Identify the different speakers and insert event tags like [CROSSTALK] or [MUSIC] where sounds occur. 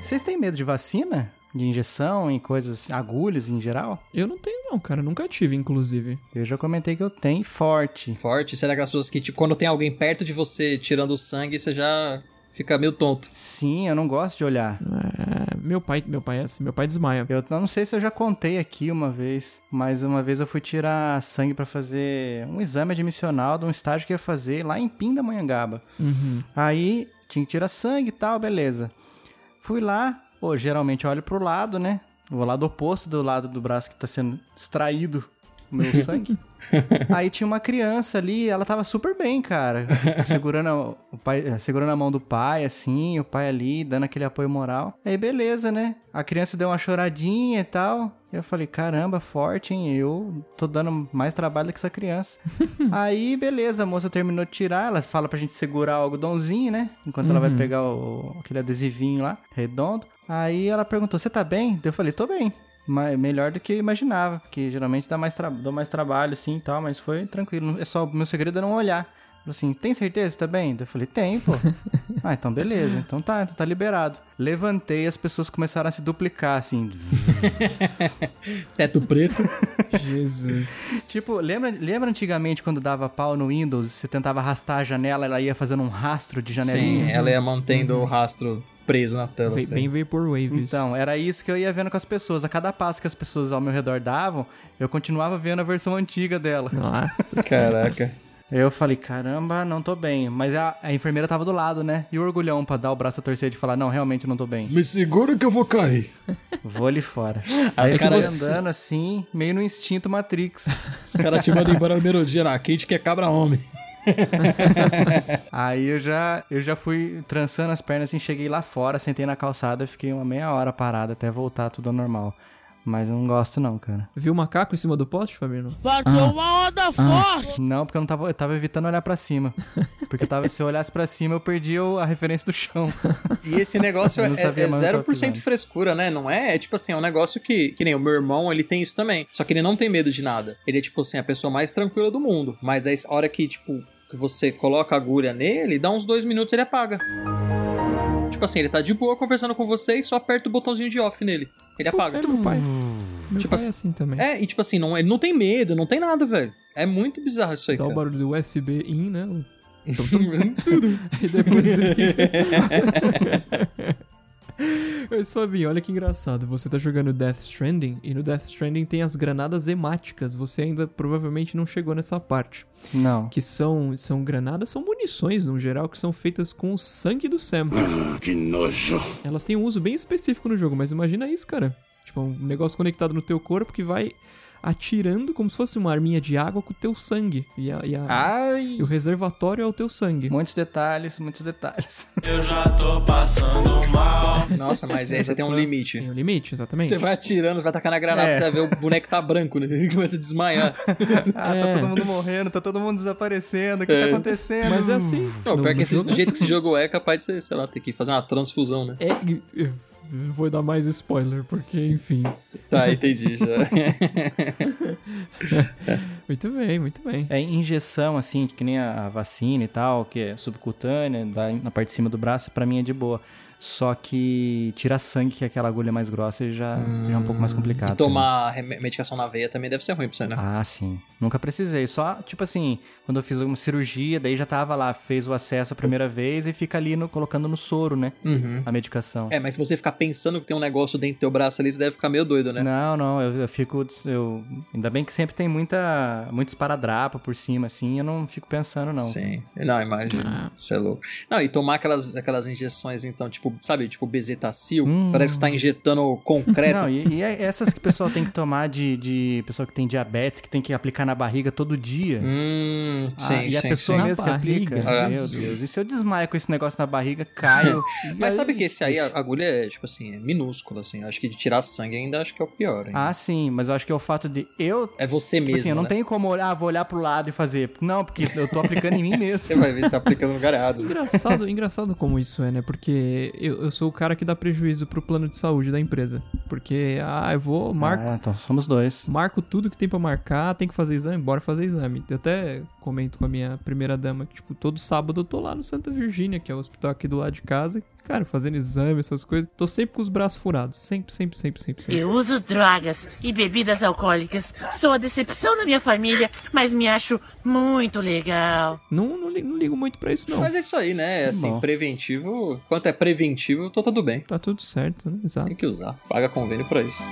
Speaker 1: Vocês têm medo de vacina? De injeção em coisas, agulhas em geral?
Speaker 2: Eu não tenho, não, cara. Nunca tive, inclusive.
Speaker 1: Eu já comentei que eu tenho, e forte.
Speaker 3: Forte? Será que as pessoas que, tipo, quando tem alguém perto de você tirando o sangue, você já fica meio tonto?
Speaker 1: Sim, eu não gosto de olhar.
Speaker 2: É, meu pai, meu pai é assim, meu pai desmaia.
Speaker 1: Eu não sei se eu já contei aqui uma vez, mas uma vez eu fui tirar sangue pra fazer um exame admissional de um estágio que eu ia fazer lá em Pindamonhangaba.
Speaker 2: Uhum.
Speaker 1: Aí tinha que tirar sangue e tal, beleza. Fui lá, pô, geralmente eu olho pro lado, né? O lado oposto do lado do braço que tá sendo extraído o
Speaker 2: [LAUGHS]
Speaker 1: meu sangue. Aí tinha uma criança ali, ela tava super bem, cara. Segurando a, o pai, eh, segurando a mão do pai, assim, o pai ali, dando aquele apoio moral. Aí beleza, né? A criança deu uma choradinha e tal. Eu falei, caramba, forte, hein? Eu tô dando mais trabalho do que essa criança. Aí, beleza, a moça terminou de tirar. Ela fala pra gente segurar o algodãozinho, né? Enquanto ela vai
Speaker 2: Uhum.
Speaker 1: pegar o- aquele adesivinho lá, redondo. Aí ela perguntou, você tá bem? Daí Eu falei, tô bem. Ma- melhor do que eu imaginava, porque geralmente dá mais, tra- dá mais trabalho, assim, e tal, mas foi tranquilo. É só, o meu segredo é não olhar. Falou assim, tem certeza que tá bem? Daí Eu falei, tem, pô. ah, então beleza, então tá, então tá liberado. Levantei, as pessoas começaram a se duplicar, assim. [LAUGHS]
Speaker 3: Teto preto.
Speaker 2: Jesus.
Speaker 1: tipo, lembra, lembra antigamente quando dava pau no Windows, você tentava arrastar a janela, ela ia fazendo um rastro de
Speaker 3: [LAUGHS] Sim, é
Speaker 1: janelinhas?
Speaker 3: ela ia mantendo o rastro preso na tela.
Speaker 2: Ve
Speaker 3: assim.
Speaker 2: bem Vaporwave. isso.
Speaker 1: Então, era isso que eu ia vendo com as pessoas. A cada passo que as pessoas ao meu redor davam, eu continuava vendo a versão antiga dela.
Speaker 3: [LAUGHS]
Speaker 2: Nossa.
Speaker 3: [LAUGHS] Caraca.
Speaker 1: Eu falei, caramba, não tô bem. Mas a, a enfermeira tava do lado, né? E o orgulhão pra dar o braço a torcer e falar, não, realmente não tô bem.
Speaker 4: Me segura que eu vou cair.
Speaker 1: Vou ali fora.
Speaker 3: As
Speaker 1: [LAUGHS] Aí eu
Speaker 3: caras-
Speaker 1: fui andando assim, meio no instinto [LAUGHS] Matrix.
Speaker 3: Os caras te mandam embora a melodia na Kate que é cabra homem.
Speaker 1: Aí eu já, eu já fui trançando as pernas assim, cheguei lá fora, sentei na calçada, fiquei uma meia hora parada até voltar tudo ao normal. Mas eu não gosto não, cara.
Speaker 2: Viu o macaco em cima do poste, Fabiano?
Speaker 5: Bateu uma onda forte.
Speaker 1: Não, porque eu não tava, eu tava evitando olhar pra cima. Porque eu tava, se eu olhasse pra cima, eu perdi o- a referência do chão.
Speaker 3: E esse negócio é,
Speaker 1: Eu não sabia
Speaker 3: é
Speaker 1: mais o que eu tava
Speaker 3: 0%
Speaker 1: pisando.
Speaker 3: frescura, né? Não é? É tipo assim, é um negócio que, que nem o meu irmão, ele tem isso também. Só que ele não tem medo de nada. Ele é tipo assim, a pessoa mais tranquila do mundo. Mas aí, a hora que, tipo, que você coloca a agulha nele, dá uns dois minutos ele apaga. Tipo assim, ele tá de boa conversando com você e só aperta o botãozinho de off nele. Ele apaga.
Speaker 2: É meu pai. Meu
Speaker 3: Tipo
Speaker 2: pai
Speaker 3: assim-
Speaker 2: é assim também.
Speaker 3: É, e tipo assim, não, ele não tem medo, não tem nada, velho. É muito bizarro isso aí,
Speaker 2: Dá um o
Speaker 3: cara.
Speaker 2: barulho do USB in, né? E depois você fica- Mas Fabinho, olha que engraçado. Você tá jogando Death Stranding e no Death Stranding tem as granadas hemáticas. Você ainda provavelmente não chegou nessa parte.
Speaker 1: [LAUGHS] Não.
Speaker 2: Que são, são granadas, são munições no geral, que são feitas com o sangue do Sam.
Speaker 4: Ah, Que nojo.
Speaker 2: Elas têm um uso bem específico no jogo, mas imagina isso, cara. Tipo, um negócio conectado no teu corpo que vai atirando como se fosse uma arminha de água com o teu sangue. E, a- e a-
Speaker 3: Ah.
Speaker 1: Ai!
Speaker 2: e o reservatório é o teu sangue.
Speaker 1: Muitos detalhes, muitos detalhes.
Speaker 3: [LAUGHS]
Speaker 1: [LAUGHS]
Speaker 3: Nossa, mas é, você tem um limite.
Speaker 2: Tem um limite, exatamente.
Speaker 3: Você vai atirando, você vai tacar na granada,
Speaker 1: É.
Speaker 3: você vai ver o boneco tá branco, né? [LAUGHS] Ele começa
Speaker 1: [LAUGHS]
Speaker 3: a desmaiar.
Speaker 1: Ah,
Speaker 2: É.
Speaker 1: tá todo mundo morrendo, tá todo mundo desaparecendo, o que tá acontecendo?
Speaker 2: Mas é assim.
Speaker 3: Não,
Speaker 2: No-
Speaker 3: pior
Speaker 2: no
Speaker 3: que esse,
Speaker 2: jogo
Speaker 3: do
Speaker 2: é
Speaker 3: jeito que esse jogo é, é capaz de você, sei lá, ter que fazer uma transfusão,
Speaker 1: [LAUGHS]
Speaker 3: né?
Speaker 2: É, eu vou dar mais spoiler, porque, enfim.
Speaker 3: Tá, entendi já.
Speaker 2: Muito bem, muito bem.
Speaker 1: É injeção, assim, que nem a a vacina e tal, que é subcutânea, dá na parte de cima do braço, pra mim é de boa. Só que tirar sangue, que é aquela agulha mais grossa, ele já, já é um pouco mais complicado.
Speaker 3: e Hum, tomar rem- medicação na veia também deve ser ruim pra você, né?
Speaker 1: pra mim. Ah, sim. Nunca precisei. Só, tipo assim, quando eu fiz uma cirurgia, daí já tava lá, fez o acesso a primeira vez e fica ali no- colocando no soro, né?
Speaker 3: Uhum.
Speaker 1: A medicação.
Speaker 3: É, mas se você ficar pensando que tem um negócio dentro do teu braço ali, você deve ficar meio doido, né?
Speaker 1: Não, não, eu, eu fico. Eu, ainda bem que sempre tem muita, muito esparadrapo por cima, assim, eu não fico pensando, não. Ah.
Speaker 3: Sim. Não, imagina. Você é louco. Não, e tomar aquelas, aquelas injeções, então, tipo, sabe, tipo bezetacil,
Speaker 1: Hum.
Speaker 3: parece que você tá injetando concreto.
Speaker 1: Não, e, e é- essas que o pessoal tem que tomar de, de pessoa que tem diabetes, que tem que aplicar na barriga todo dia.
Speaker 3: Hum,
Speaker 1: Ah,
Speaker 3: sim,
Speaker 1: e a
Speaker 3: sim,
Speaker 1: pessoa
Speaker 3: sim.
Speaker 2: Na
Speaker 1: mesmo que aplica.
Speaker 2: barriga?
Speaker 3: É.
Speaker 1: Meu Deus. E se eu desmaio com esse negócio na barriga,
Speaker 3: [LAUGHS]
Speaker 1: caio. e
Speaker 3: Mas
Speaker 1: aí-
Speaker 3: sabe que esse aí, a agulha é, tipo assim, é minúscula, assim. Acho que de tirar sangue ainda acho que é o pior, hein?
Speaker 1: Ah, sim, mas eu acho que é o fato de eu.
Speaker 3: É você mesmo,
Speaker 1: Tipo assim, eu não
Speaker 3: né?
Speaker 1: tenho como olhar, ah, vou olhar pro lado e fazer. Não, porque eu tô aplicando
Speaker 3: [LAUGHS]
Speaker 1: em mim mesmo.
Speaker 3: Você vai ver se aplica no
Speaker 1: [LAUGHS]
Speaker 3: lugar errado. [LAUGHS]
Speaker 2: Engraçado, engraçado como isso é, né? Porque eu, eu sou o cara que dá prejuízo pro plano de saúde da empresa. Porque, ah, eu vou, marco,
Speaker 1: Ah, então somos dois.
Speaker 2: marco tudo que tem pra marcar, tem que fazer exame, bora fazer exame. Eu até comento com a minha primeira dama que, tipo, todo sábado eu tô lá no Santa Virgínia, que é o hospital aqui do lado de casa, Cara, fazendo exame, essas coisas. Tô sempre com os braços furados. Sempre, sempre, sempre, sempre, sempre.
Speaker 5: Eu uso drogas e bebidas alcoólicas. Sou a decepção da minha família, mas me acho muito legal.
Speaker 2: Não, não, li- não ligo muito pra isso, não.
Speaker 3: Mas é isso aí, né? Assim,
Speaker 1: Bom.
Speaker 3: preventivo. Quanto é preventivo, eu tô tudo bem. É
Speaker 2: Tá tudo certo, né? Exato.
Speaker 3: Tem que usar. Paga convênio pra isso.